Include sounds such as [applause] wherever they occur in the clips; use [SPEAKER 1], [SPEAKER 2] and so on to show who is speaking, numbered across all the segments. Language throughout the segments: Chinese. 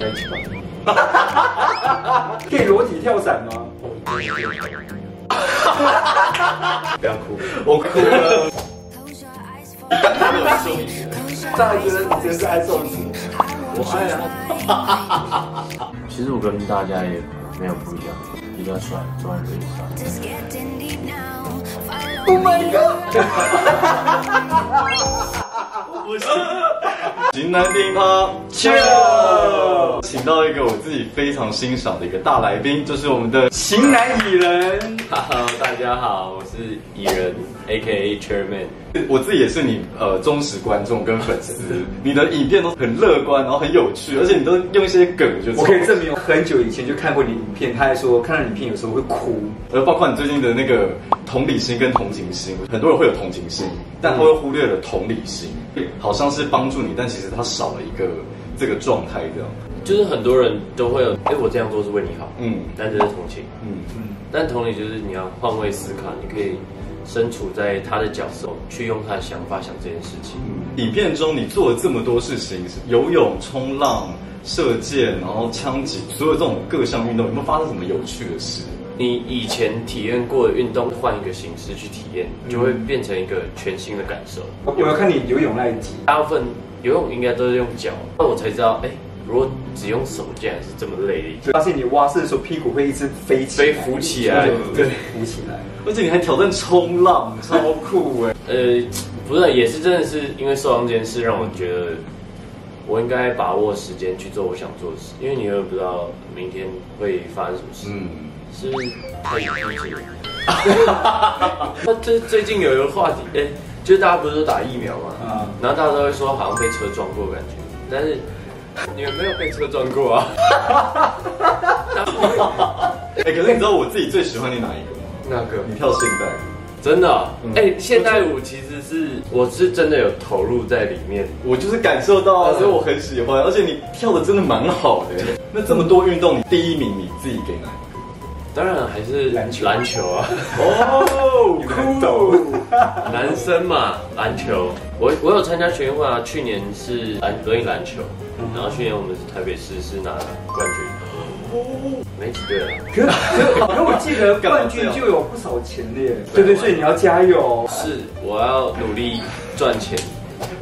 [SPEAKER 1] 在扯。
[SPEAKER 2] 可以裸体跳伞吗？
[SPEAKER 1] 不要哭，
[SPEAKER 2] [laughs] 我哭了。
[SPEAKER 1] 我受你了。
[SPEAKER 2] 大家觉得你真是爱受死。我爱啊，
[SPEAKER 1] 其实我跟大家也没有不一样，比较帅，专业一点。
[SPEAKER 3] 型男电影趴 c h 请到一个我自己非常欣赏的一个大来宾，就是我们的型男蚁人。
[SPEAKER 4] Hello，大家好，我是蚁人，A.K.A. Chairman。
[SPEAKER 3] 我自己也是你呃忠实观众跟粉丝，你的影片都很乐观，然后很有趣，而且你都用一些梗，我觉得
[SPEAKER 2] 我可以
[SPEAKER 3] 超
[SPEAKER 2] 证明，我很久以前就看过你影片，他还说看到你影片有时候会哭。
[SPEAKER 3] 呃，包括你最近的那个同理心跟同情心，很多人会有同情心，但他会忽略了同理心，好像是帮助你，但其实他少了一个这个状态这样。
[SPEAKER 4] 就是很多人都会有，哎、我这样做是为你好，
[SPEAKER 3] 嗯
[SPEAKER 4] 嗯，但这是同情，
[SPEAKER 3] 嗯，
[SPEAKER 4] 但同理就是你要换位思考，你可以身处在他的角色，去用他的想法想这件事情。
[SPEAKER 3] 影片中你做了这么多事情，游泳、冲浪、射箭，然后枪击，所有这种各项运动，有没有发生什么有趣的事？
[SPEAKER 4] 你以前体验过的运动，换一个形式去体验，就会变成一个全新的感受。
[SPEAKER 2] 我有看你游泳那一集，
[SPEAKER 4] 大部分游泳应该都是用脚，那我才知道，哎、如果只用手，竟然是这么累的一件事。
[SPEAKER 2] 发现你蛙式的时候屁股会一直飞起来，
[SPEAKER 4] 飞浮起来
[SPEAKER 2] 对，浮起来。欸
[SPEAKER 3] 而且你还挑战冲浪，超酷哎、
[SPEAKER 4] 呃，不是，也是真的是因为受伤这件事，让我觉得我应该把握时间去做我想做的事，因为你永远不知道明天会发生什么事。
[SPEAKER 3] 嗯，
[SPEAKER 4] 是太有意志了。 [laughs] 那这最近有一个话题，哎、就是大家不是都打疫苗嘛，
[SPEAKER 2] 啊
[SPEAKER 4] 然后大家都会说好像被车撞过的感觉，但是你们没有被车撞过啊？
[SPEAKER 3] 哎、可是你知道我自己最喜欢你哪一个吗？
[SPEAKER 4] [laughs] 那个
[SPEAKER 3] 你跳现代，
[SPEAKER 4] 真的啊、哎、现代舞其实是我是真的有投入在里面，
[SPEAKER 3] 我就是感受到
[SPEAKER 4] 嗯
[SPEAKER 3] 啊，所以我很喜欢，而且你跳的真的蛮好的、那这么多运动，你第一名你自己给哪一个？
[SPEAKER 4] 当然还是
[SPEAKER 2] 篮球
[SPEAKER 4] 篮球
[SPEAKER 2] [laughs]
[SPEAKER 4] 啊。
[SPEAKER 3] 哦，
[SPEAKER 2] 懂。
[SPEAKER 4] 男生嘛，篮球，我我有参加全运会啊，去年是篮轮椅篮球，
[SPEAKER 2] 嗯
[SPEAKER 4] 然后去年我们是台北市是拿冠军，
[SPEAKER 2] 哦
[SPEAKER 4] 没几啊队了，
[SPEAKER 2] 可是可是我记得冠军就有不少钱的耶。对对，所以你要加油，
[SPEAKER 4] 是我要努力赚钱，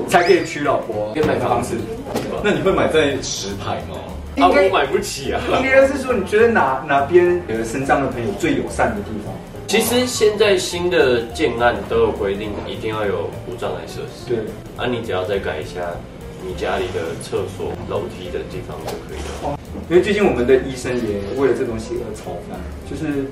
[SPEAKER 2] 才可以娶老婆，
[SPEAKER 4] 可以买房子。
[SPEAKER 3] 那你会买在石牌吗？
[SPEAKER 4] 啊，
[SPEAKER 2] 应该
[SPEAKER 4] 我买不起啊。
[SPEAKER 2] 应该是说，你觉得哪哪边你的身障的朋友最友善的地方？
[SPEAKER 4] 其实现在新的建案都有规定，一定要有无障碍设施。
[SPEAKER 2] 对，
[SPEAKER 4] 啊，你只要再改一下你家里的厕所、楼梯的地方就可以了。
[SPEAKER 2] 因为最近我们的医生也为了这东西而吵翻，就是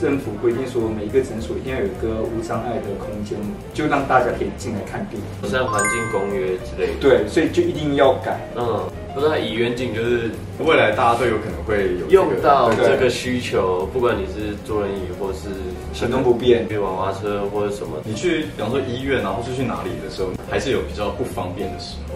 [SPEAKER 2] 政府规定说每一个诊所一定要有一个无障碍的空间，就让大家可以进来看病。
[SPEAKER 4] 像环境公约之类的，
[SPEAKER 2] 对，所以就一定要改。
[SPEAKER 4] 嗯，不知道以远景就是
[SPEAKER 3] 未来大家都有可能会有这个
[SPEAKER 4] 用到
[SPEAKER 2] 对
[SPEAKER 4] 这个需求，不管你是坐轮椅或是
[SPEAKER 2] 行动不便
[SPEAKER 4] 比娃娃车或者什么，
[SPEAKER 3] 你去，比方说医院啊，或是去哪里的时候，还是有比较不方便的时候。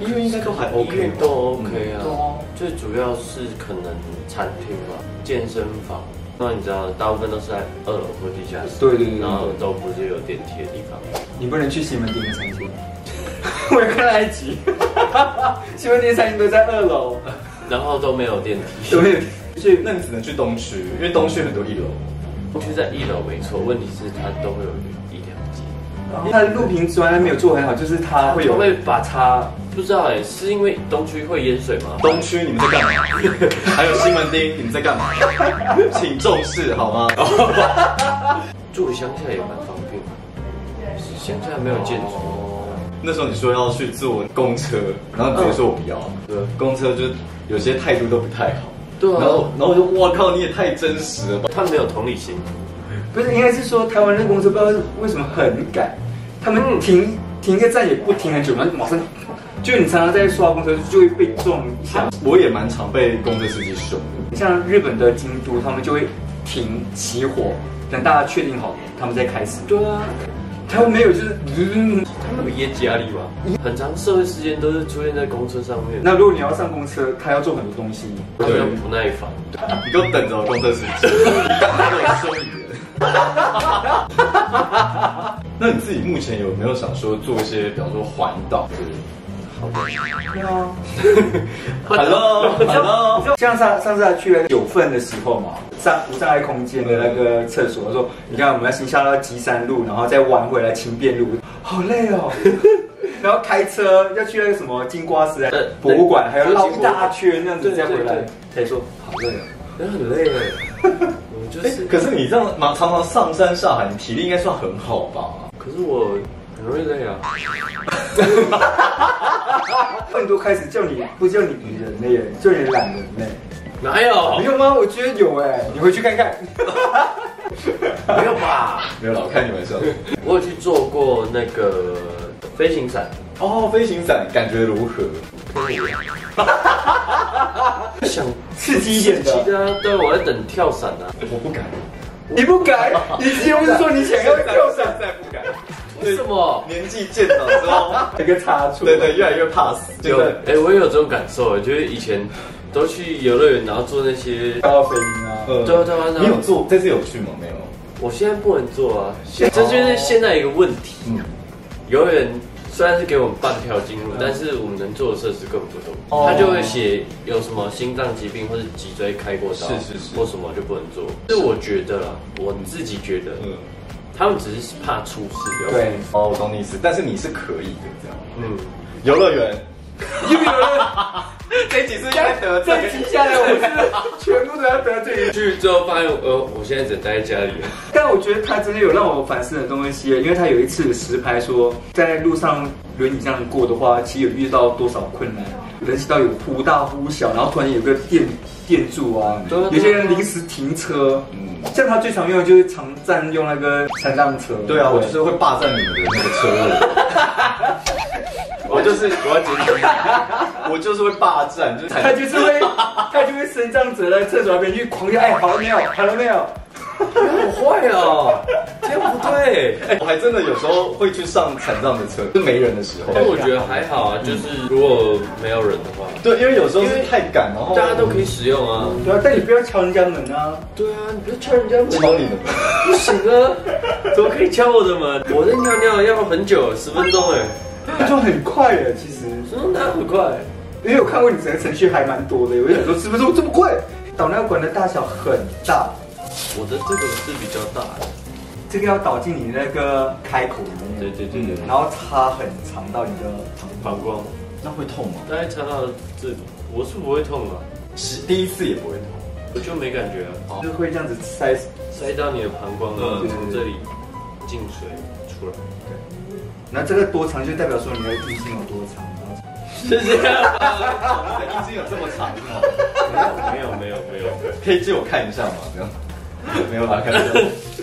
[SPEAKER 3] 医院应该都还
[SPEAKER 2] 嗯
[SPEAKER 4] 医院都 OK 啊。
[SPEAKER 2] 对啊
[SPEAKER 4] 最主要是可能餐厅吧、健身房，那你知道大部分都是在二楼或地下室，
[SPEAKER 2] 对对对对
[SPEAKER 4] 然后都不是有电梯的地方。
[SPEAKER 2] 你不能去西门町的餐厅。 [laughs] 我有看那一集， [laughs] 西门町的餐厅都在二楼，
[SPEAKER 4] 然后都没有电梯
[SPEAKER 2] 有，没有？
[SPEAKER 3] 所以那你只能去东区，因为东区很多一楼。
[SPEAKER 4] 就在一楼没错。问题是它都会有一条街，
[SPEAKER 2] 它的录屏虽然没有做很好，就是它会有
[SPEAKER 4] 会把
[SPEAKER 2] 它
[SPEAKER 4] 不知道哎、是因为东区会淹水吗？
[SPEAKER 3] 东区你们在干嘛？ [laughs] 还有西门町你们在干嘛？ [laughs] 请重视好吗？哦
[SPEAKER 4] 住乡下也蛮方便的，是乡下没有建筑。
[SPEAKER 3] 那时候你说要去坐公车，然后你直接说我不要。
[SPEAKER 4] 对
[SPEAKER 3] 公车就是有些态度都不太好。
[SPEAKER 4] 对啊
[SPEAKER 3] 然后然后我就我靠，你也太真实了吧！
[SPEAKER 4] 他没有同理心，
[SPEAKER 2] 不是，应该是说台湾那个公司不知道为什么很赶，他们停、停一个站也不停很久，然后马上就你常常在刷公车就会被撞一下。
[SPEAKER 3] 我也蛮常被公车司机凶的。
[SPEAKER 2] 像日本的京都，他们就会停起火，等大家确定好，他们再开始。对啊，台湾没有就是，嗯、
[SPEAKER 4] 他们有业绩压力吗？很长社会事件都是出现在公车上面，
[SPEAKER 2] 那如果你要上公车，他要做很多东西。
[SPEAKER 4] 他们又不耐烦。
[SPEAKER 3] 你给我等着，公车司 [laughs] 机！你刚才给我说你人。那你自己目前有没有想说做一些，比方说环岛，
[SPEAKER 4] 讨论。
[SPEAKER 2] 对啊，
[SPEAKER 3] Hello，Hello，
[SPEAKER 2] 像上上次他去了九份的时候嘛，上无障碍空间的那个厕所，我说你看我们要先下到吉山路，然后再弯回来勤变路，好累哦。 [laughs] 然后开车要去那个什么金瓜石啊
[SPEAKER 4] 呃
[SPEAKER 2] 博物馆，还要绕一
[SPEAKER 4] 金瓜石
[SPEAKER 2] 大圈那样子再回
[SPEAKER 4] 对对
[SPEAKER 2] 来
[SPEAKER 4] 对，
[SPEAKER 2] 才说好累哦。
[SPEAKER 4] 真的很累耶，我就
[SPEAKER 3] 哎 [laughs]
[SPEAKER 4] 是，
[SPEAKER 3] 可是你这样忙常常上山下海，你体力应该算很好吧？
[SPEAKER 4] 可是我很容易累啊。
[SPEAKER 2] 更多开始叫你不叫你女人类，叫你懒人类，
[SPEAKER 4] 哪有
[SPEAKER 2] 没？有吗？我觉得有哎，你回去看看。 [laughs]
[SPEAKER 4] 没有吧？
[SPEAKER 3] 没有啦，我开你玩笑。
[SPEAKER 4] 我有去做过那个飞行伞，
[SPEAKER 3] 哦，飞行伞感觉如何？
[SPEAKER 4] 想
[SPEAKER 2] 刺激一点
[SPEAKER 4] 其
[SPEAKER 2] 的，
[SPEAKER 4] 他对啊我在等跳伞啊。
[SPEAKER 3] 我不敢，
[SPEAKER 2] 你不改， [laughs] 你既然不是说你想要跳伞，
[SPEAKER 3] 在不敢。
[SPEAKER 4] 为什么？
[SPEAKER 3] 年纪渐长之后，
[SPEAKER 2] 有个差错。
[SPEAKER 3] 对对，越来越怕死。
[SPEAKER 4] 有
[SPEAKER 3] 就在
[SPEAKER 4] 哎、我也有这种感受，就是以前都去游乐园，然后做那些。
[SPEAKER 2] 高飞鹰啊，
[SPEAKER 3] 呃
[SPEAKER 4] 对啊对啊对啊
[SPEAKER 3] 你有做这次有去吗？没有。
[SPEAKER 4] 我现在不能做啊，现这就是现在一个问题。
[SPEAKER 3] 嗯。
[SPEAKER 4] 游乐园虽然是给我们半票进入，但是我们能做的设施根本不多。
[SPEAKER 3] 哦
[SPEAKER 4] 他就会写有什么心脏疾病或者脊椎开过刀，
[SPEAKER 3] 是是是
[SPEAKER 4] 或什么就不能做。是我觉得啦，我自己觉得，
[SPEAKER 3] 嗯。
[SPEAKER 4] 他们只是怕出事。
[SPEAKER 2] 对，
[SPEAKER 3] 哦，我懂你意思，但是你是可以的这样。
[SPEAKER 4] 嗯，
[SPEAKER 3] 游乐园，
[SPEAKER 2] 因为有人
[SPEAKER 3] 这几次该得
[SPEAKER 2] 这一集哎下来，我是全部都要得罪你。
[SPEAKER 4] 去之后发现，呃，我现在只能待在家里了。
[SPEAKER 2] 但我觉得他真的有让我反思的东西，因为他有一次的实拍说，在路上轮椅上过的话，其实有遇到多少困难，人行道有忽大忽小，然后突然有个电电柱啊，
[SPEAKER 4] 对啊对啊
[SPEAKER 2] 有些人临时停车。
[SPEAKER 3] 嗯，
[SPEAKER 2] 像他最常用的就是常占用那个三辆车，
[SPEAKER 3] 对啊，我就是会霸占你们的那个车位，
[SPEAKER 4] 我就是我要结束。
[SPEAKER 3] 我就是会霸占，就是
[SPEAKER 2] 他就是会，他就会伸张着在厕所那边去狂叫，哎，好了没有？好了没有？
[SPEAKER 4] 好坏哦，这样不对。
[SPEAKER 3] [laughs] 我还真的有时候会去上残障的车，就没人的时候。
[SPEAKER 4] 但我觉得还好啊，就是如果没有人的话，
[SPEAKER 3] 对，因为有时候是太赶，然后
[SPEAKER 4] 大家都可以使用啊。
[SPEAKER 2] 对啊，但你不要敲人家门啊！
[SPEAKER 4] 对啊，你不要敲人家门，
[SPEAKER 3] 敲你的门。
[SPEAKER 4] 不行啊，怎么可以敲我的门？我在尿尿要很久，十分钟哎、
[SPEAKER 2] 他就很快了，其实，
[SPEAKER 4] 十分钟哪有很快？
[SPEAKER 2] 因为我看过你整个程序还蛮多的，我就想说是不是这么快？导尿管的大小很大，
[SPEAKER 4] 我的这个是比较大的，
[SPEAKER 2] 这个要导进你那个开口里面，
[SPEAKER 4] 对对对对，
[SPEAKER 2] 然后插很长到你的肠
[SPEAKER 4] 膀胱
[SPEAKER 3] 那会痛吗？
[SPEAKER 4] 大概插到这里，我是不会痛啊，
[SPEAKER 3] 是第一次也
[SPEAKER 4] [laughs]
[SPEAKER 3] 不会痛。
[SPEAKER 4] 我就没感觉啊，
[SPEAKER 2] 道，就是会这样子塞。
[SPEAKER 4] 塞到你的膀胱，然后
[SPEAKER 2] 嗯
[SPEAKER 4] 从这里进水出来，
[SPEAKER 2] 然后这个多长就代表说你的阴茎有多长。然后
[SPEAKER 4] 是这样吗？
[SPEAKER 3] 你的阴茎有这么长吗？
[SPEAKER 4] 没有没有没有，
[SPEAKER 3] 可以借我看一下吗？没有，没有啦，开玩笑。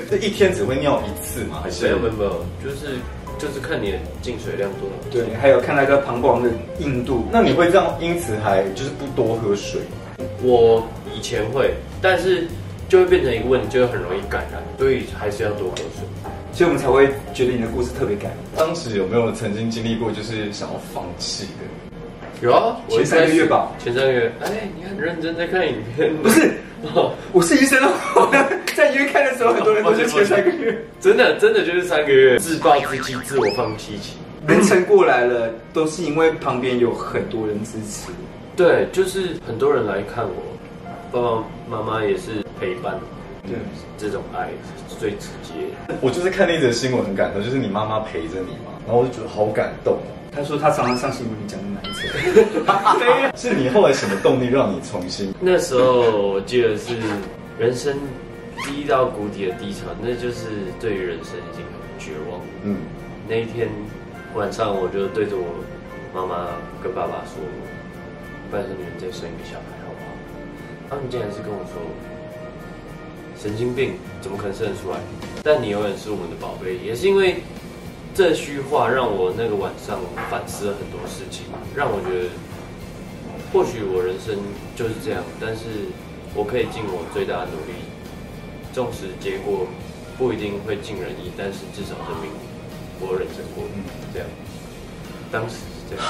[SPEAKER 3] 这一天只会尿一次吗？还是
[SPEAKER 4] 没有没有没有，就是就是看你的进水量多少。
[SPEAKER 2] 对，还有看那个膀胱的硬度，
[SPEAKER 3] 那你会这样，因此还就是不多喝水吗？
[SPEAKER 4] 我以前会，但是就会变成一个问题，就会很容易感染，所以还是要多喝水。
[SPEAKER 2] 所以我们才会觉得你的故事特别感人。
[SPEAKER 3] 当时有没有曾经经历过就是想要放弃的？
[SPEAKER 4] 有啊，我一
[SPEAKER 2] 前三
[SPEAKER 4] 开始
[SPEAKER 2] 个月吧
[SPEAKER 4] 前三个月，哎，你很认真在看影片，
[SPEAKER 2] 不是，我是医生哦，在医院看的时候，很多人都是前三个月。 [laughs]
[SPEAKER 4] 真的真的就是三个月自暴自弃、自我放弃期。
[SPEAKER 2] 能撑过来了，都是因为旁边有很多人支持。
[SPEAKER 4] 对，就是很多人来看我，爸爸妈妈也是陪伴，
[SPEAKER 2] 对，
[SPEAKER 4] 这种爱是最直接。
[SPEAKER 3] 我就是看那则新闻很感动，就是你妈妈陪着你嘛，然后我就觉得好感动哦。
[SPEAKER 2] 他说他常常上新闻讲哪一次， [laughs] 啊
[SPEAKER 3] 是你后来什么动力让你重新？
[SPEAKER 4] 那时候我记得是人生低到谷底的低潮，那就是对于人生已经很绝望了。
[SPEAKER 3] 嗯，
[SPEAKER 4] 那一天晚上，我就对着我妈妈跟爸爸说：“拜托你们再生一个小孩好不好？”他们竟然是跟我说：“神经病，怎么可能生得出来？”但你永远是我们的宝贝。也是因为这句话，让我那个晚上反思了很多事情，让我觉得，或许我人生就是这样，但是我可以尽我最大的努力，纵使结果不一定会尽人意，但是至少证明我人生过，
[SPEAKER 2] 嗯
[SPEAKER 4] 这样。当时是这样，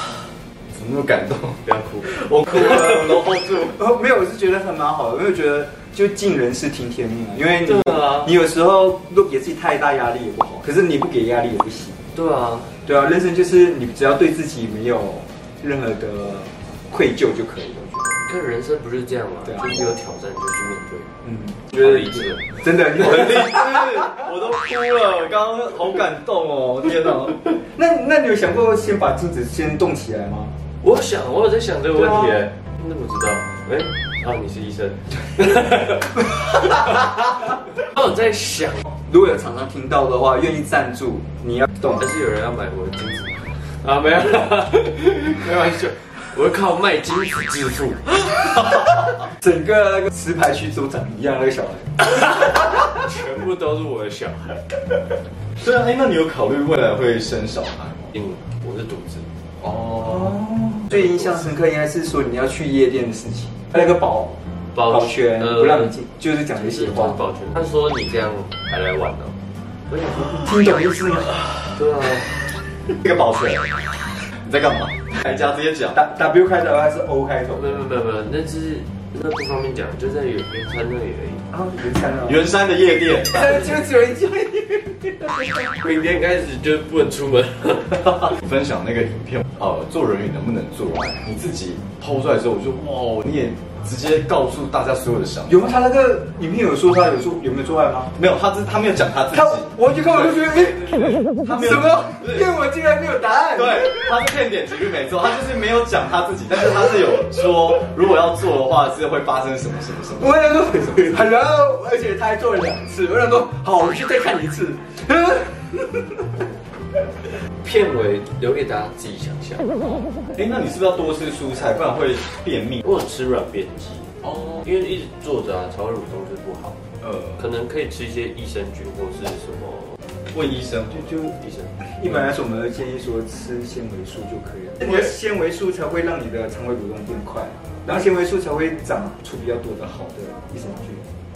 [SPEAKER 3] 怎么那么感动？
[SPEAKER 4] 不要哭。
[SPEAKER 3] 我哭了，我都 hold 住。
[SPEAKER 2] 哦，没有，我是觉得还蛮好的，因为我觉得就尽人事听天命啊，因为你、
[SPEAKER 4] 对啊
[SPEAKER 2] 你有时候如果给自己太大压力也不好，可是你不给压力也不行。
[SPEAKER 4] 对啊，
[SPEAKER 2] 对啊，人生就是你只要对自己没有任何的愧疚就可以了。
[SPEAKER 4] 可是人生不是这样嘛，
[SPEAKER 2] 对啊
[SPEAKER 4] 就是有挑战就去面对，
[SPEAKER 2] 嗯，
[SPEAKER 4] 觉得理智。
[SPEAKER 2] 真的，你
[SPEAKER 3] 很励志，我都哭了，刚刚好感动哦，天哪！
[SPEAKER 2] 那那你有想过先把镜子先动起来吗？
[SPEAKER 4] 我想，我有在想这个问题
[SPEAKER 2] 对啊
[SPEAKER 4] 欸，你怎么知道？哎、哦，你是医生。 [laughs] 我有在想，
[SPEAKER 2] 如果有厂商听到的话，愿意赞助，你要动
[SPEAKER 4] 但。是有人要买我的金子啊？没有， [laughs] 没玩笑，我会靠卖金子致富。
[SPEAKER 2] 整个那个石牌区都长一样，那个小孩。
[SPEAKER 4] 全部都是我的小孩。
[SPEAKER 3] 对啊，哎，那你有考虑未来会生小孩吗？
[SPEAKER 4] 因为我是独子，
[SPEAKER 3] 哦，
[SPEAKER 2] 哦，最印象深刻应该是说你要去夜店的事情，那个保
[SPEAKER 4] 保
[SPEAKER 2] 保全
[SPEAKER 4] 呃
[SPEAKER 2] 不让你进，就是讲这些
[SPEAKER 4] 是
[SPEAKER 2] 话。
[SPEAKER 4] 保全。他说你这样还来玩哦呢、我想说，
[SPEAKER 2] 听懂意思吗？
[SPEAKER 3] [laughs]
[SPEAKER 4] 对啊，
[SPEAKER 3] 这个保全，你在干嘛？来家直接讲，
[SPEAKER 2] 打 W 开头还是 O 开头
[SPEAKER 4] 没？有没有没有，那是那不方便讲，就在圆圆山那里而已。
[SPEAKER 2] 啊，原山啊，
[SPEAKER 3] 圆山的夜店，
[SPEAKER 2] 山就只有一家
[SPEAKER 4] 明天开始就不能出门了。
[SPEAKER 3] 分享那个影片，呃，做人鱼能不能做完？你自己抛出来之后，我就哇，你也直接告诉大家所有的想法。
[SPEAKER 2] 有没有他那个影片有说他有做有没有做爱吗？
[SPEAKER 3] 没有，他自他没有讲他自己
[SPEAKER 2] 他，我就看我就觉得，哎，
[SPEAKER 3] 他 [laughs] 没有
[SPEAKER 2] 什么？骗我竟然没有答案？
[SPEAKER 3] 对，他是骗点击率没错，他就是没有讲他自己，但是他是有说，如果要做的话是会发生什么什么什么。
[SPEAKER 2] 我想说，然后而且他还做了两次，我想说，好，我去再看一次。
[SPEAKER 4] [laughs]
[SPEAKER 2] [laughs]
[SPEAKER 4] 片尾留给大家自己想象。
[SPEAKER 3] 哎，那你是不是要多吃蔬菜，不然会便秘？
[SPEAKER 4] 我有吃软便剂，
[SPEAKER 3] 哦，
[SPEAKER 4] 因为一直坐着啊，肠胃蠕动就不好。
[SPEAKER 3] 呃，
[SPEAKER 4] 可能可以吃一些益生菌或是什么
[SPEAKER 3] 问医生，
[SPEAKER 2] 就就
[SPEAKER 4] 益生菌。
[SPEAKER 2] 一般来说，我们会建议说吃纤维素就可以了。因为纤维素才会让你的肠胃蠕动变快，然后纤维素才会长出比较多的好的益生菌。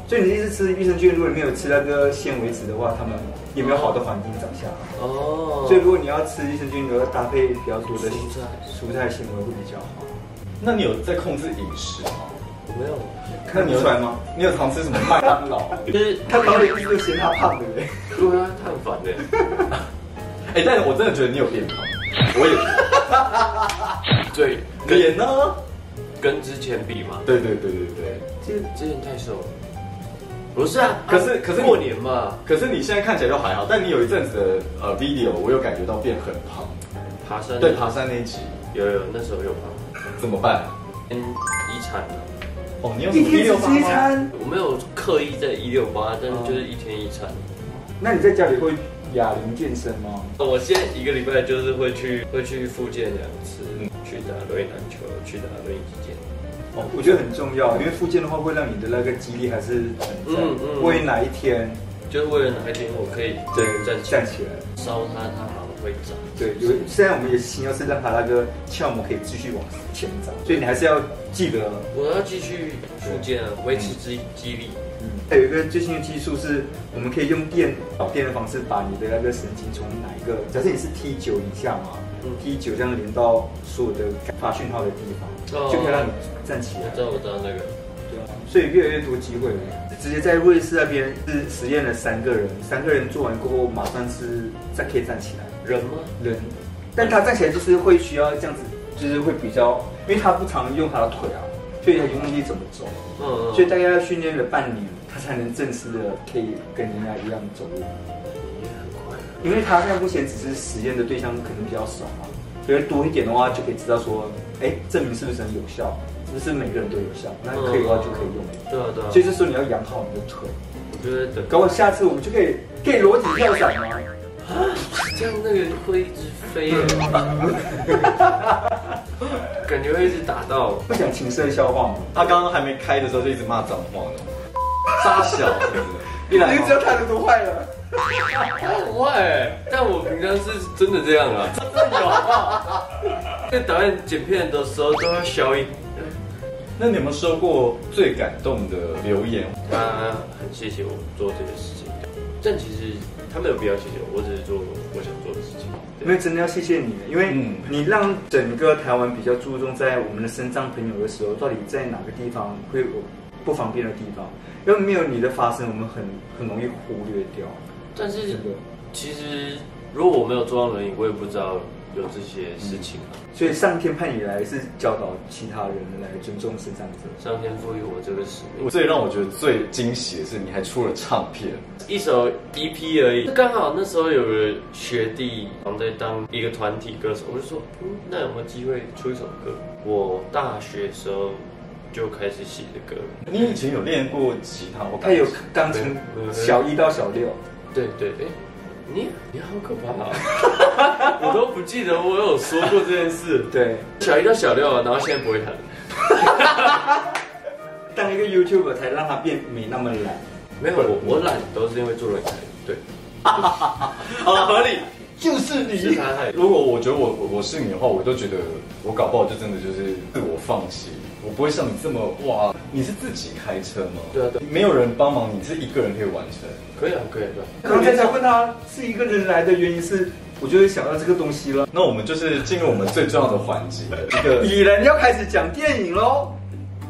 [SPEAKER 2] 所以你一直吃益生菌，如果你没有吃那个纤维质的话，它们也没有好的环境长下来。
[SPEAKER 4] 哦，
[SPEAKER 2] 所以如果你要吃益生菌，你要搭配比较多的
[SPEAKER 4] 蔬菜
[SPEAKER 2] 蔬菜纤维会比较好。
[SPEAKER 3] 那你有在控制饮食吗？
[SPEAKER 4] 我没有，
[SPEAKER 3] 那
[SPEAKER 2] 看
[SPEAKER 3] 你
[SPEAKER 2] 得
[SPEAKER 3] 有
[SPEAKER 2] 出来吗？？
[SPEAKER 3] 你有常吃什么麦当 [laughs] 劳？
[SPEAKER 4] 就是
[SPEAKER 2] 他老板一直都嫌他胖，对不对？
[SPEAKER 4] 对啊，他很烦 [laughs] 的。
[SPEAKER 3] 哎、但是我真的觉得你有变胖，我也
[SPEAKER 4] 对，
[SPEAKER 3] 是， [laughs] 脸呢？
[SPEAKER 4] 跟之前比嘛，
[SPEAKER 3] 对对对对对。
[SPEAKER 4] 之之前太瘦了。不是啊，
[SPEAKER 3] 可是可是你
[SPEAKER 4] 过年嘛，
[SPEAKER 3] 可是你现在看起来就还好，但你有一阵子的呃 video，我有感觉到变很胖。
[SPEAKER 4] 爬山啊
[SPEAKER 3] 对，爬山那一集
[SPEAKER 4] 有有那时候有爬，
[SPEAKER 3] 怎么办？
[SPEAKER 4] 嗯，遗产啊。
[SPEAKER 3] 哦，你有什
[SPEAKER 2] 一
[SPEAKER 3] 么
[SPEAKER 2] 天只
[SPEAKER 3] video
[SPEAKER 2] 吃一
[SPEAKER 3] 吗？
[SPEAKER 2] 餐，
[SPEAKER 4] 我没有刻意在一六八，但是
[SPEAKER 3] 哦
[SPEAKER 4] 就是一天一餐。
[SPEAKER 2] 那你在家里会哑铃健身吗？
[SPEAKER 4] 我现在一个礼拜就是会去会去复健两次，
[SPEAKER 3] 嗯
[SPEAKER 4] 去打轮椅篮球，去打轮椅击剑。
[SPEAKER 2] 哦，我觉得很重要，因为复健的话会让你的那个肌力还是很在。
[SPEAKER 4] 嗯嗯
[SPEAKER 2] 万一哪一天
[SPEAKER 4] 就是为了哪一天我可以
[SPEAKER 2] 对
[SPEAKER 4] 站起来
[SPEAKER 2] 站起来，
[SPEAKER 4] 烧它，它好像会长。
[SPEAKER 2] 对，有现在我们也希望是让它那个鞘膜可以继续往前长，所以你还是要记得，
[SPEAKER 4] 我要继续复健啊，维持肌肌力。
[SPEAKER 2] 嗯，还有一个最新的技术是，我们可以用电导电的方式把你的那个神经从哪一个，假设你是 T 九以下嘛、
[SPEAKER 4] 嗯
[SPEAKER 2] t 九这样连到所有的发讯号的地方，
[SPEAKER 4] 哦
[SPEAKER 2] 就可以让你站起
[SPEAKER 4] 我
[SPEAKER 2] 来。
[SPEAKER 4] 知道，我知道那个。
[SPEAKER 2] 对啊，所以越来越多机会了。直接在瑞士那边是实验了三个人，三个人做完过后马上是站可以站起来，
[SPEAKER 4] 人吗？
[SPEAKER 2] 人，但他站起来就是会需要这样子，就是会比较，因为他不常用他的腿啊，所以他就忘记怎么走，
[SPEAKER 4] 嗯嗯。
[SPEAKER 2] 所以大概要训练了半年，他才能正式的可以跟人家一样走路。
[SPEAKER 4] 也很快乐。
[SPEAKER 2] 因为他现在目前只是实验的对象可能比较少嘛，所以多一点的话就可以知道说，哎，证明是不是很有效，是不是每个人都有效，那可以的话就可以用。
[SPEAKER 4] 对啊对啊。
[SPEAKER 2] 所以这时候你要养好你的腿。
[SPEAKER 4] 我觉得等
[SPEAKER 2] 搞我下次我们就可以可以裸体跳伞吗？
[SPEAKER 4] 这样那个会一直飞耶， [laughs] 感觉会一直打到。
[SPEAKER 2] 不想情色笑话吗？
[SPEAKER 3] 他刚刚还没开的时候就一直骂脏话呢，傻小子，
[SPEAKER 2] 你这个只要态度都坏了。
[SPEAKER 4] 很坏，但哎我平常是真的这样 [laughs] 啊，真的有。在导演剪片的时候都要消音。
[SPEAKER 3] [laughs] 那你有没有收过最感动的留言？
[SPEAKER 4] 他啊很谢谢我做这个事情，但其实他没有必要谢谢我，我只是做我想做的事情。
[SPEAKER 2] 没有，真的要谢谢你，因为
[SPEAKER 3] 嗯
[SPEAKER 2] 你让整个台湾比较注重在我们的身障朋友的时候，到底在哪个地方会有不方便的地方？因为没有你的发生，我们很很容易忽略掉。
[SPEAKER 4] 但是
[SPEAKER 2] 真的
[SPEAKER 4] 其实如果我没有坐上轮椅，我也不知道有这些事情啊。
[SPEAKER 2] 所以上天派你来是教导其他人来尊重生长者。
[SPEAKER 4] 上天赋予我这个使命
[SPEAKER 3] 我，最让我觉得最惊喜的是，你还出了唱片，
[SPEAKER 4] 一首 EP 而已。刚好那时候有个学弟好像在当一个团体歌手，我就说，嗯，那有没有机会出一首歌？我大学时候就开始写的歌，
[SPEAKER 3] 你以前有练过吉他或
[SPEAKER 2] 他有当成
[SPEAKER 4] 对
[SPEAKER 2] 小一到小六，
[SPEAKER 4] 对对，哎，你你好可怕啊！ [laughs] 我都不记得我有说过这件事。
[SPEAKER 2] 对，
[SPEAKER 4] 小一到小六，然后现在不会弹，
[SPEAKER 2] 当一个 YouTuber 才让他变没那么懒。
[SPEAKER 4] 没有我我懒都是因为做人才，对，
[SPEAKER 3] 啊合理，就是
[SPEAKER 4] 是
[SPEAKER 3] 你。
[SPEAKER 4] 他害的。
[SPEAKER 3] 如果我觉得我我我是你的话，我就觉得我搞不好就真的就是自我放弃，我不会像你这么哇，你是自己开车吗？
[SPEAKER 4] 对啊对啊，
[SPEAKER 3] 没有人帮忙，你是一个人可以完成。
[SPEAKER 4] 可以啊，可以啊，可以啊。
[SPEAKER 2] 刚才才问他是一个人来的原因是，我就会想到这个东西了。
[SPEAKER 3] 那我们就是进入我们最重要的环节，一 [laughs] 个
[SPEAKER 2] 蚁人要开始讲电影喽，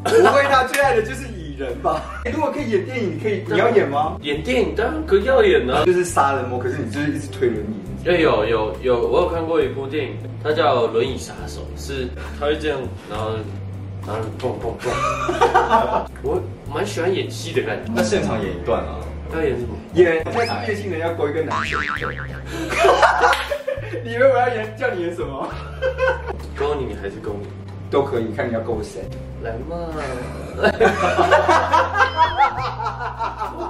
[SPEAKER 2] 不会他最爱的就是蚁人吧？如果可以演电影，你可以你要演吗？
[SPEAKER 4] 演电影当然可以要演啊。
[SPEAKER 2] 就是杀人魔，可是你就是一直推轮椅。
[SPEAKER 4] 对，有有有，我有看过一部电影，它叫《轮椅杀手》，是他会这样，然后然后蹦蹦蹦。 [laughs] 我蛮喜欢演戏的感觉。
[SPEAKER 3] 那现场演一段啊。
[SPEAKER 4] 他演什么？
[SPEAKER 2] 演，但是变性人要勾一个男生。你以为我要演叫你演什么？
[SPEAKER 4] 勾你还是勾你？
[SPEAKER 2] 都可以，看你要勾谁。
[SPEAKER 4] 来嘛！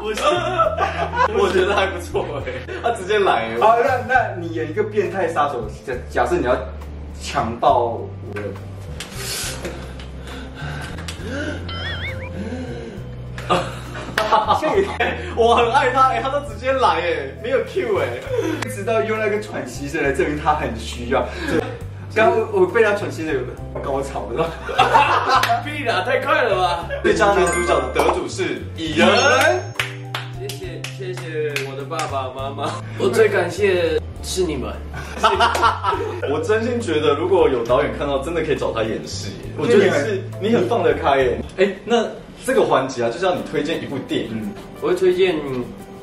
[SPEAKER 3] 我觉得我觉得还不错哎、他直接来、欸，
[SPEAKER 2] 好，那那你演一个变态杀手，假假设你要强暴我 [laughs] 的，这个
[SPEAKER 3] 我很爱他哎、他都直接来哎、没有 Q 哎、
[SPEAKER 2] 直到用那个喘息声来证明他很需要。刚刚我我被他喘息声有高潮了，
[SPEAKER 4] 必啦，太快了吧！
[SPEAKER 3] 最佳男主角的得主是蚁人，
[SPEAKER 4] 谢谢谢谢我的爸爸妈妈，我最感谢是你们。
[SPEAKER 3] 我真心觉得如果有导演看到，真的可以找他演戏欸、我觉得是你很放得开哎、哎、那这个环节啊，就是要你推荐一部电
[SPEAKER 2] 嗯
[SPEAKER 3] 影、
[SPEAKER 4] 我会推荐《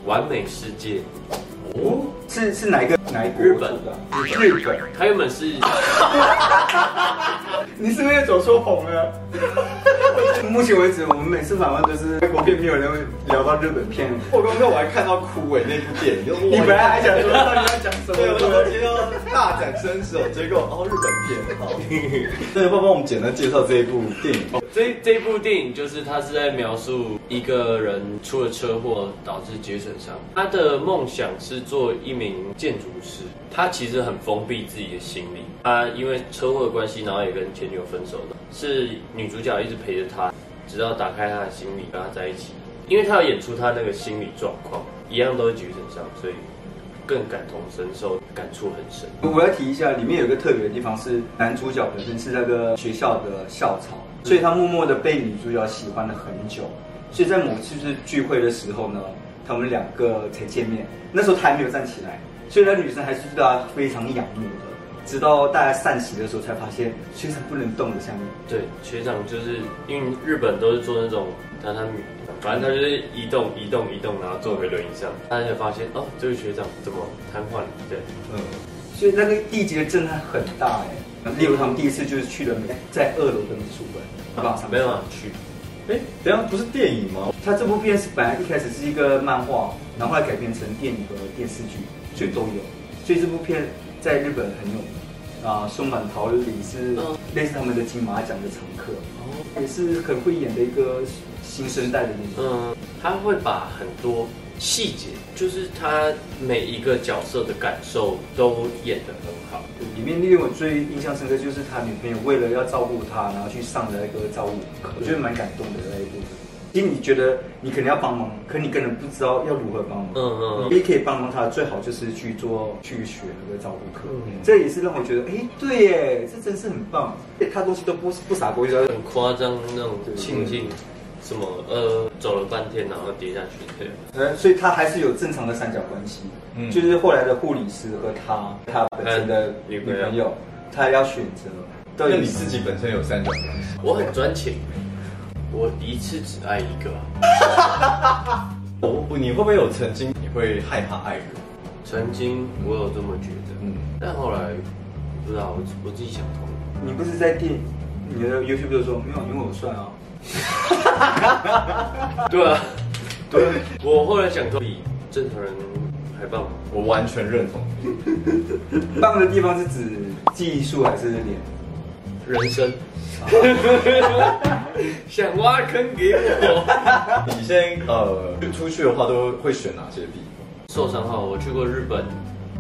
[SPEAKER 4] 完美世界
[SPEAKER 3] 哦，
[SPEAKER 2] 是是哪一个哪一个
[SPEAKER 4] 日本
[SPEAKER 2] 国出的？日本，》，
[SPEAKER 4] 它原本是
[SPEAKER 2] 你是不是走错棚了？ [laughs] 目前为止，我们每次访问都是外国片，没有人会聊到日本片。
[SPEAKER 3] 我刚刚我还看到哭哎、那部电影，
[SPEAKER 2] 你本来还想说到底要讲什么？
[SPEAKER 3] 对，我想说今天要大展身手，结果哦，日本片好。 [laughs] 对，要不要帮我们简单介绍这一部电影？
[SPEAKER 4] 这这部电影就是他是在描述一个人出了车祸导致脊髓损伤，他的梦想是做一名建筑师，他其实很封闭自己的心理，他因为车祸的关系，然后也跟前女友分手了，是女主角一直陪着他，直到打开他的心理跟他在一起，因为他要演出他那个心理状况，一样都是脊髓损伤，所以更感同身受，感触很深。
[SPEAKER 2] 我要提一下，里面有一个特别的地方是，男主角本身是那个学校的校草，所以他默默的被女主角喜欢了很久。所以在某次就是聚会的时候呢，他们两个才见面，那时候他还没有站起来，所以那女生还是对他非常仰慕的。直到大家散席的时候，才发现学长不能动的下面。
[SPEAKER 4] 对，学长就是因为日本都是做那种榻榻米，反正他就是移动、移动、移动，然后坐回轮椅上，大家才发现哦，这个学长怎么瘫痪了？对，
[SPEAKER 3] 嗯，
[SPEAKER 2] 所以那个地级的震撼很大哎、例如他们第一次就是去了美，在二楼的美术馆，好不好？
[SPEAKER 4] 没有啊，去
[SPEAKER 3] 哎、等一下不是电影吗？
[SPEAKER 2] 他这部片是本来一开始是一个漫画，然后后来改编成电影和电视剧，所以都有。所以这部片在日本很有名啊，松坂桃李是
[SPEAKER 4] 嗯
[SPEAKER 2] 类似他们的金马奖的常客，
[SPEAKER 4] 哦，
[SPEAKER 2] 也是很会演的一个新生代的演员。
[SPEAKER 4] 嗯，他会把很多细节，就是他每一个角色的感受都演得很好。
[SPEAKER 2] 里面令我最印象深刻就是他女朋友为了要照顾他，然后去上了那个照顾课，我觉得蛮感动的那一部分。其实你觉得你可能要帮忙，可你根本不知道要如何帮忙。
[SPEAKER 4] 嗯嗯嗯
[SPEAKER 2] 你也可以帮忙他，最好就是去做去学那个照顾课。
[SPEAKER 4] 嗯
[SPEAKER 2] 这也是让我觉得，哎、对耶，这真是很棒。他东西都不不傻狗，就是
[SPEAKER 4] 很夸张那种情境，什么呃走了半天然后跌下去，对，
[SPEAKER 2] 呃，所以他还是有正常的三角关系，
[SPEAKER 3] 嗯
[SPEAKER 2] 就是后来的护理师和他他本身的
[SPEAKER 4] 女
[SPEAKER 2] 女
[SPEAKER 4] 朋友
[SPEAKER 2] 朋友，他要选择到
[SPEAKER 3] 那
[SPEAKER 2] 底
[SPEAKER 3] 你自己本身有三角关系？
[SPEAKER 4] 我很专情，我一次只爱一个啊、
[SPEAKER 3] 我你哦会不会有曾经你会害怕爱人？
[SPEAKER 4] 曾经我有这么觉得，
[SPEAKER 3] 嗯
[SPEAKER 4] 但后来不知道，我我自己想通了。
[SPEAKER 2] 你不是在电你的 YouTube 说没有，因为我帅啊。 [laughs]
[SPEAKER 4] 对 [laughs] 啊，对，我后来想通，比正常人还棒。
[SPEAKER 3] 我完全认同。
[SPEAKER 2] 棒的地方是指技术还是脸？
[SPEAKER 4] 人生，啊 [laughs] 想挖坑给我。
[SPEAKER 3] 你先呃出去的话，都会选哪些地方？
[SPEAKER 4] 受伤后，我去过日本、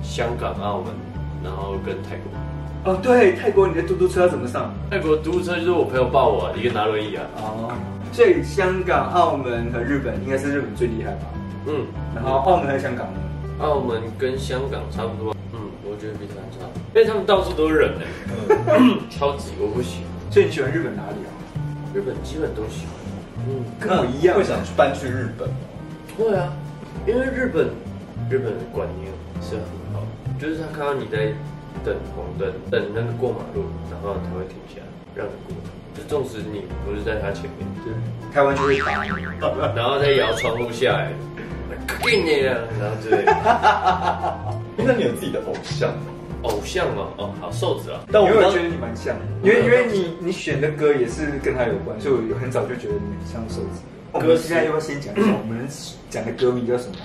[SPEAKER 4] 香港、澳门，然后跟泰国。
[SPEAKER 2] 哦，对，泰国你的嘟嘟车要怎么上？
[SPEAKER 4] 泰国嘟嘟车就是我朋友抱我，一个拿轮椅啊。
[SPEAKER 2] 哦，所以香港、澳门和日本应该是日本最厉害吧？
[SPEAKER 4] 嗯，
[SPEAKER 2] 然后澳门和香港呢？
[SPEAKER 4] 澳门跟香港差不多。嗯，我觉得比台湾差，因为他们到处都是人呢、 [clears throat] 超级我不喜欢，
[SPEAKER 2] 所以你喜欢日本哪里啊？
[SPEAKER 4] 日本基本都喜欢。嗯，
[SPEAKER 2] 跟我一样啊
[SPEAKER 3] 会想去搬去日本吗。
[SPEAKER 4] 会啊，因为日本日本的观念是很好的，就是他看到你在等红灯，等那个过马路，然后他会停下来让你过，就纵使你不是在他前面，
[SPEAKER 2] 对，台湾就会打你。
[SPEAKER 4] 然后再摇窗户下来，给你啊，然后之
[SPEAKER 2] [laughs]
[SPEAKER 4] 类的。
[SPEAKER 3] 诶那你有自己的偶像吗？
[SPEAKER 4] 偶像哦，哦，好瘦子啊，
[SPEAKER 3] 但我
[SPEAKER 2] 因为
[SPEAKER 3] 当
[SPEAKER 2] 我觉得你蛮像，因为因为你你选的歌也是跟他有关，所以我很早就觉得你很像瘦子。我们现在要不要先讲一下我们讲的歌名叫什么？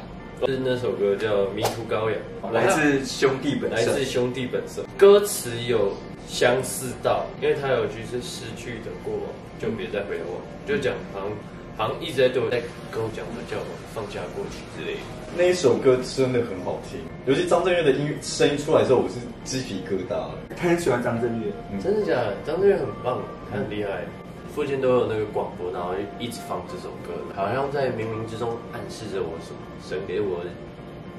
[SPEAKER 4] 就是那首歌叫《迷途羔羊》，
[SPEAKER 2] 来自兄弟本
[SPEAKER 4] 来
[SPEAKER 2] 色。
[SPEAKER 4] 自兄弟本色，歌词有相似到，因为他有句是失去的过往，就别再回头望，就讲好像好像一直在对我在跟我讲说叫我放下过去之类的。
[SPEAKER 3] 那一首歌真的很好听，尤其张震岳的音乐声音出来之后，我是鸡皮疙瘩。
[SPEAKER 2] 他很喜欢张震岳，
[SPEAKER 4] 真的假的？张震岳很棒，他很厉害。附近都有那个广播，然后一直放这首歌，好像在冥冥之中暗示着我什么，神给我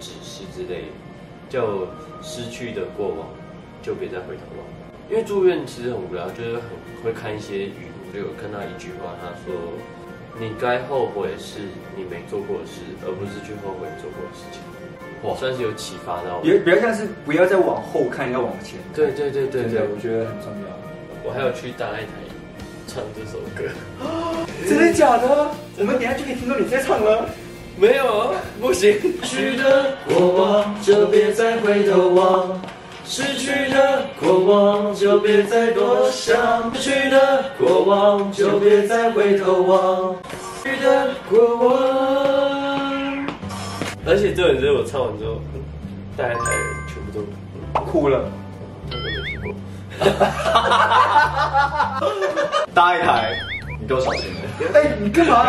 [SPEAKER 4] 指示之类的，叫我失去的过往就别再回头望。因为住院其实很无聊，就是很会看一些语录，就有看到一句话，他说：“你该后悔的是你没做过的事，而不是去后悔你做过的事情。”哇，算是有启发到我。
[SPEAKER 2] 比比较像是不要再往后看，要往前。
[SPEAKER 4] 对对对对
[SPEAKER 2] 真
[SPEAKER 4] 对
[SPEAKER 2] 的，，我觉得很重要。
[SPEAKER 4] 我还有去大爱台唱这首歌。
[SPEAKER 2] 真的假的？我们等一下就可以听到你在唱了。
[SPEAKER 4] [laughs] 没有，不行。失去的过往就别再回头望，失去的过往就别再多想，失去的过往就别再回头望，失去的过往。 [laughs] 而且这首歌我唱完之后，嗯大家台人全部都嗯
[SPEAKER 2] 哭了，
[SPEAKER 4] 都没有听过。
[SPEAKER 3] 搭一台，你给我小心点。
[SPEAKER 2] 哎、你干嘛？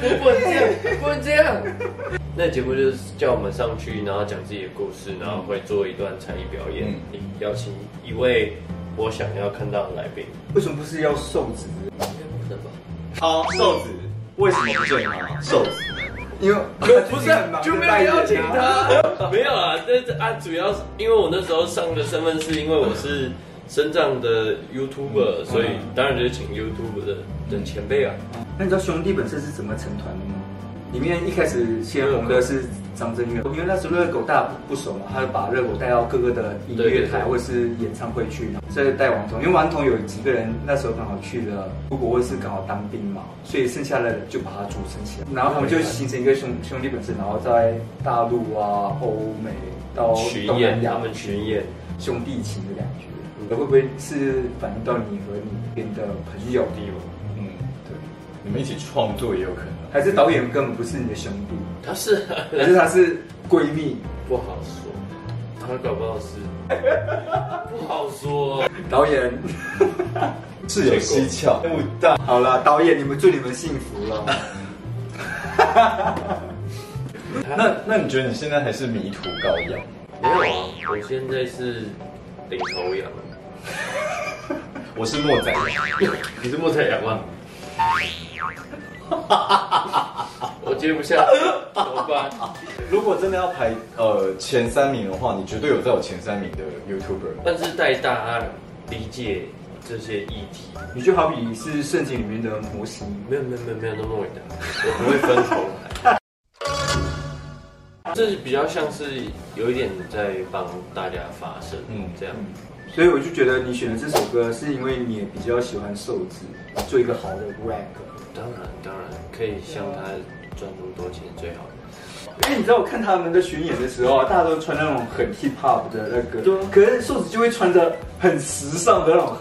[SPEAKER 4] 不能这样，不能这样。那节目就是叫我们上去，然后讲自己的故事，然后会做一段才艺表演，邀请一位我想要看到的来宾。
[SPEAKER 2] 为什么不是要瘦子？
[SPEAKER 4] 不能吧？
[SPEAKER 3] 好，瘦子为什么不见他？瘦子，
[SPEAKER 2] 因为
[SPEAKER 4] 不是
[SPEAKER 2] 最近很忙
[SPEAKER 4] 就没有邀请。他。没有啊，这这啊，主要是因为我那时候上的身份是因为我是深藏的 YouTuber，所以当然就是请 YouTuber 的的前辈啊。
[SPEAKER 2] 那你知道兄弟本色是怎么成团的吗？里面一开始先红的是张震岳，因为那时候热狗大家不熟嘛，他就把热狗带到各个的音乐台
[SPEAKER 4] 对对对
[SPEAKER 2] 或者是演唱会去，所以带王彤，因为王彤有几个人那时候刚好去了出国或是刚好当兵嘛，所以剩下的人就把他组成起来，然后他们就形成一个兄兄弟本色，然后在大陆啊、欧美到
[SPEAKER 4] 巡
[SPEAKER 2] 东南
[SPEAKER 4] 演，
[SPEAKER 2] 亚
[SPEAKER 4] 他们巡演，
[SPEAKER 2] 兄弟情的感觉，会不会是反映到你和你边的朋友弟了？
[SPEAKER 3] 嗯，
[SPEAKER 2] 对，
[SPEAKER 3] 你们一起创作也有可能。
[SPEAKER 2] 还是导演根本不是你的兄弟，
[SPEAKER 4] 他是啊
[SPEAKER 2] 还是他是闺蜜？
[SPEAKER 4] 不好说，他搞不好是 [laughs] 不好说。
[SPEAKER 2] 导演，
[SPEAKER 3] 是有蹊跷，不大。
[SPEAKER 2] 好了，导演，你们祝你们幸福了。
[SPEAKER 3] 那那你觉得你现在还是迷途羔羊？
[SPEAKER 4] 没有啊，我现在是领头羊，
[SPEAKER 3] 我是莫仔羊，
[SPEAKER 4] 你是莫彩羊吗？ [laughs] 我接不下，怎么办？
[SPEAKER 3] 如果真的要排呃前三名的话，你绝对有在我前三名的 YouTuber。
[SPEAKER 4] 但是带大家理解这些议题，
[SPEAKER 2] 你就好比是圣经里面的摩西，
[SPEAKER 4] 没有没有没有没有那么伟大，我不会
[SPEAKER 3] [laughs]
[SPEAKER 4] 分红海。这比较像是有一点在帮大家发声，嗯
[SPEAKER 3] 嗯，
[SPEAKER 4] 这样。
[SPEAKER 2] 所以我就觉得你选的这首歌是因为你也比较喜欢瘦子，做一个好的 rap。
[SPEAKER 4] 当然当然可以向他赚那么多钱最好。
[SPEAKER 2] 因哎为你知道，我看他们的巡演的时候啊，大家都穿那种很 hip hop 的那个，
[SPEAKER 4] 对啊
[SPEAKER 2] 可是瘦子就会穿着很时尚的那种。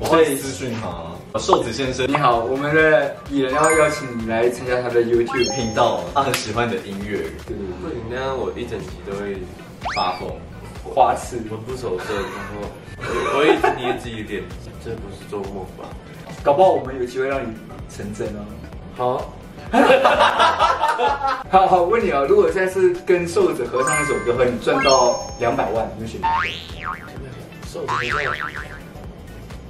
[SPEAKER 3] 我会私讯他，瘦子先生
[SPEAKER 2] 你好，我们的艺人要邀请你来参加他的 YouTube 频
[SPEAKER 3] 频道，他很喜欢你的音乐，
[SPEAKER 2] 对对
[SPEAKER 4] 如果你那样，我一整集都会
[SPEAKER 3] 发疯。
[SPEAKER 2] 对花痴。
[SPEAKER 4] 魂不守舍，然后我我一直捏自己脸，这不是做梦吧？
[SPEAKER 2] 搞不好我们有机会让你成真哦。
[SPEAKER 4] 好，
[SPEAKER 2] 好好，我问你啊，如果现在是跟瘦子合唱一首歌，和你赚到两百万，你会选哪一个？
[SPEAKER 4] 瘦子这样，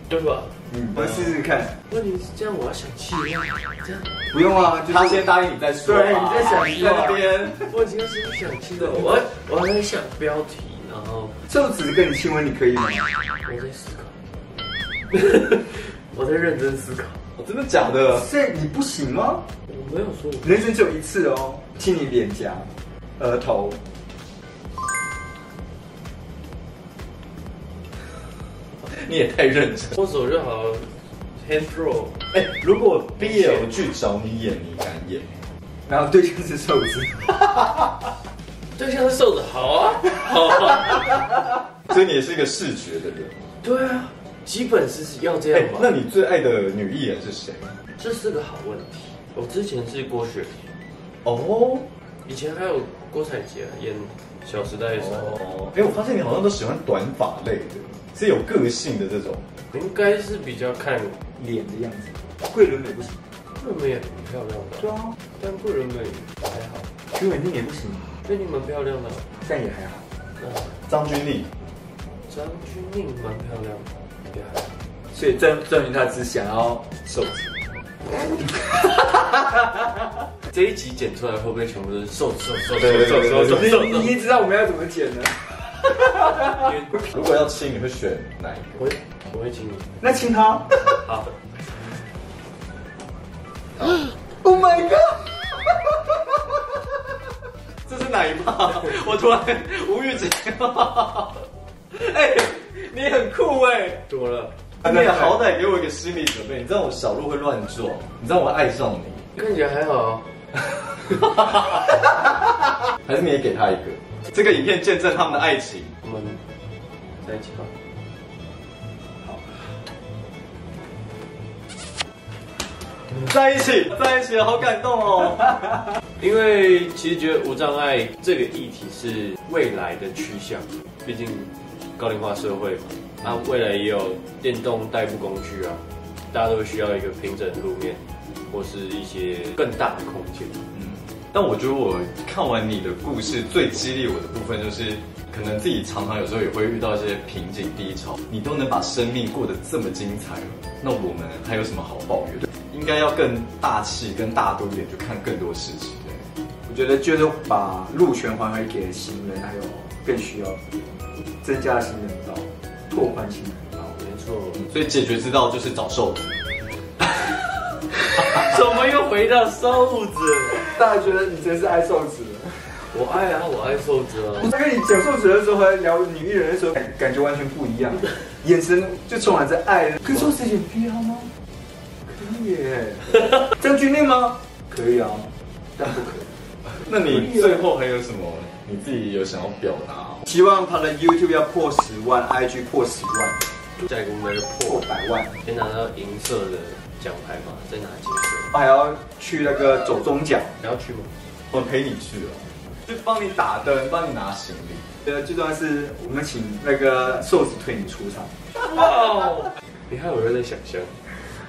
[SPEAKER 4] 对吧？
[SPEAKER 2] 嗯，我们试试看。
[SPEAKER 4] 问题是这样，我要想气一样，这样
[SPEAKER 2] 不用啊，就是
[SPEAKER 3] 他先答应你再说吧。
[SPEAKER 2] 对你在想
[SPEAKER 3] 你在那边。
[SPEAKER 4] 我已经是想气的，我还我还在想标题，然后
[SPEAKER 2] 瘦子跟你亲吻，你可以呃吗？
[SPEAKER 4] 我在思考， [laughs] 我在认真思考。
[SPEAKER 3] 哦真的假的？
[SPEAKER 2] 这你不行吗？
[SPEAKER 4] 我没有说我
[SPEAKER 2] 人生只有一次哦，亲你脸颊、额头。
[SPEAKER 3] 你也太认真。
[SPEAKER 4] 脱手就好了，hand roll。
[SPEAKER 3] 哎、如果 BL 剧找你演，你敢演？
[SPEAKER 2] 然后对象是瘦子， [laughs]
[SPEAKER 4] 对象是瘦子，好啊，好啊。
[SPEAKER 3] 所以你也是一个视觉的 [laughs] 人。
[SPEAKER 4] [laughs] 对啊，基本是要这
[SPEAKER 3] 哎、
[SPEAKER 4] 样吧。
[SPEAKER 3] 那你最爱的女艺人是谁？
[SPEAKER 4] 这是个好问题。我之前是郭雪婷，
[SPEAKER 3] 哦
[SPEAKER 4] 以前还有郭采洁演《小时代》的时候，
[SPEAKER 3] 哦，哎、我发现你好像都喜欢短发类的，是有个性的这种。
[SPEAKER 4] 应该是比较看
[SPEAKER 2] 脸的样子。桂纶镁不行，
[SPEAKER 4] 桂纶镁也很漂亮的，
[SPEAKER 2] 啊，
[SPEAKER 4] 但桂纶镁还好，
[SPEAKER 2] 徐伟宁也不行，
[SPEAKER 4] 对你蛮漂亮的。
[SPEAKER 2] 但也还好。
[SPEAKER 4] 那
[SPEAKER 3] 张钧甯，
[SPEAKER 4] 张钧甯蛮漂亮的，也还好。
[SPEAKER 2] 所以证证明他只想要瘦子。
[SPEAKER 4] 这一集剪出来会不会全部都是瘦瘦瘦瘦
[SPEAKER 3] 对对
[SPEAKER 4] 瘦
[SPEAKER 3] 对
[SPEAKER 4] 瘦瘦
[SPEAKER 3] 对
[SPEAKER 4] 瘦？
[SPEAKER 2] 你你知道我们要怎么剪呢？
[SPEAKER 3] 如果要亲，你会选哪一
[SPEAKER 4] 我会我会请你。
[SPEAKER 2] 那亲他。
[SPEAKER 4] 好，
[SPEAKER 2] [laughs] Oh my god！
[SPEAKER 3] 个？这是哪一趴？ [laughs] 我突然无预警。哎、你很酷哎、
[SPEAKER 2] 欸
[SPEAKER 4] 怎么了？
[SPEAKER 3] 你也好歹给我一个心理准备，你知道我小鹿会乱撞，你知道我爱上你，
[SPEAKER 4] 看起来还好啊。
[SPEAKER 3] 还是你也给他一个？这个影片见证他们的爱情。
[SPEAKER 4] 我们在一起吧。
[SPEAKER 3] 在一起，在一起了，好感动 [laughs] 哦！
[SPEAKER 4] 因为其实觉得无障碍这个议题是未来的趋向，毕竟高龄化社会嘛，啊，未来也有电动代步工具啊，大家都需要一个平整的路面，或是一些更大的空间。
[SPEAKER 3] 嗯但我觉得我看完你的故事，最激励我的部分就是，可能自己常常有时候也会遇到一些瓶颈、低潮，你都能把生命过得这么精彩了，那我们还有什么好抱怨？的？应该要更大气、更大度一点，去看更多事情。
[SPEAKER 2] 我觉得就是把路权还回给行人，还有更需要增加行人道，拓宽行人道。
[SPEAKER 4] 啊没错，
[SPEAKER 3] 所以解决之道就是找瘦子。
[SPEAKER 4] 怎么又回到瘦子？
[SPEAKER 2] 大家觉得你真是爱瘦子了。
[SPEAKER 4] 我爱啊，我爱瘦子啊
[SPEAKER 2] 我。在跟你讲瘦子的时候，和聊女艺人的时候，感感觉完全不一样，眼神就充满着爱。跟瘦子一起必要吗？可以耶。 [laughs] 张钧甯吗？可以啊，但不可以。
[SPEAKER 3] 那你最后还有什么你自己有想要表达？
[SPEAKER 2] 希望他的 YouTube 要破十万，IG 破十万，
[SPEAKER 4] 下一个目标就
[SPEAKER 2] 破
[SPEAKER 4] 破，
[SPEAKER 2] 百万，
[SPEAKER 4] 先拿到银色的奖牌嘛，再拿金色。
[SPEAKER 2] 我还要去那个走中奖。
[SPEAKER 4] 你要去吗？
[SPEAKER 3] 我陪你去哦，就帮你打灯，帮你拿行李。
[SPEAKER 2] 呃，最重要是我们请那个瘦子推你出场， [laughs]
[SPEAKER 4] 哦你还有人在想象。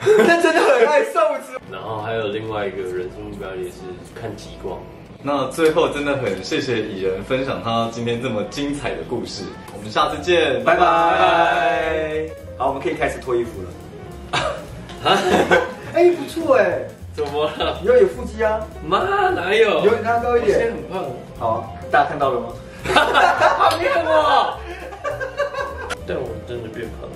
[SPEAKER 2] 他真的很爱瘦子。
[SPEAKER 4] 然后还有另外一个人生目标也是看极光。
[SPEAKER 3] 那最后真的很谢谢蚁人分享他今天这么精彩的故事，我们下次见，
[SPEAKER 2] 拜拜。好，我们可以开始脱衣服了。哎，不错哎，
[SPEAKER 4] [laughs] 怎么了？
[SPEAKER 2] 以后有腹肌啊。
[SPEAKER 4] 妈，哪有？
[SPEAKER 2] 有你拉高一
[SPEAKER 4] 我现在
[SPEAKER 2] 点。
[SPEAKER 4] 很胖，
[SPEAKER 2] 好，大家看到了吗？
[SPEAKER 4] 讨厌我。但我真的变胖了。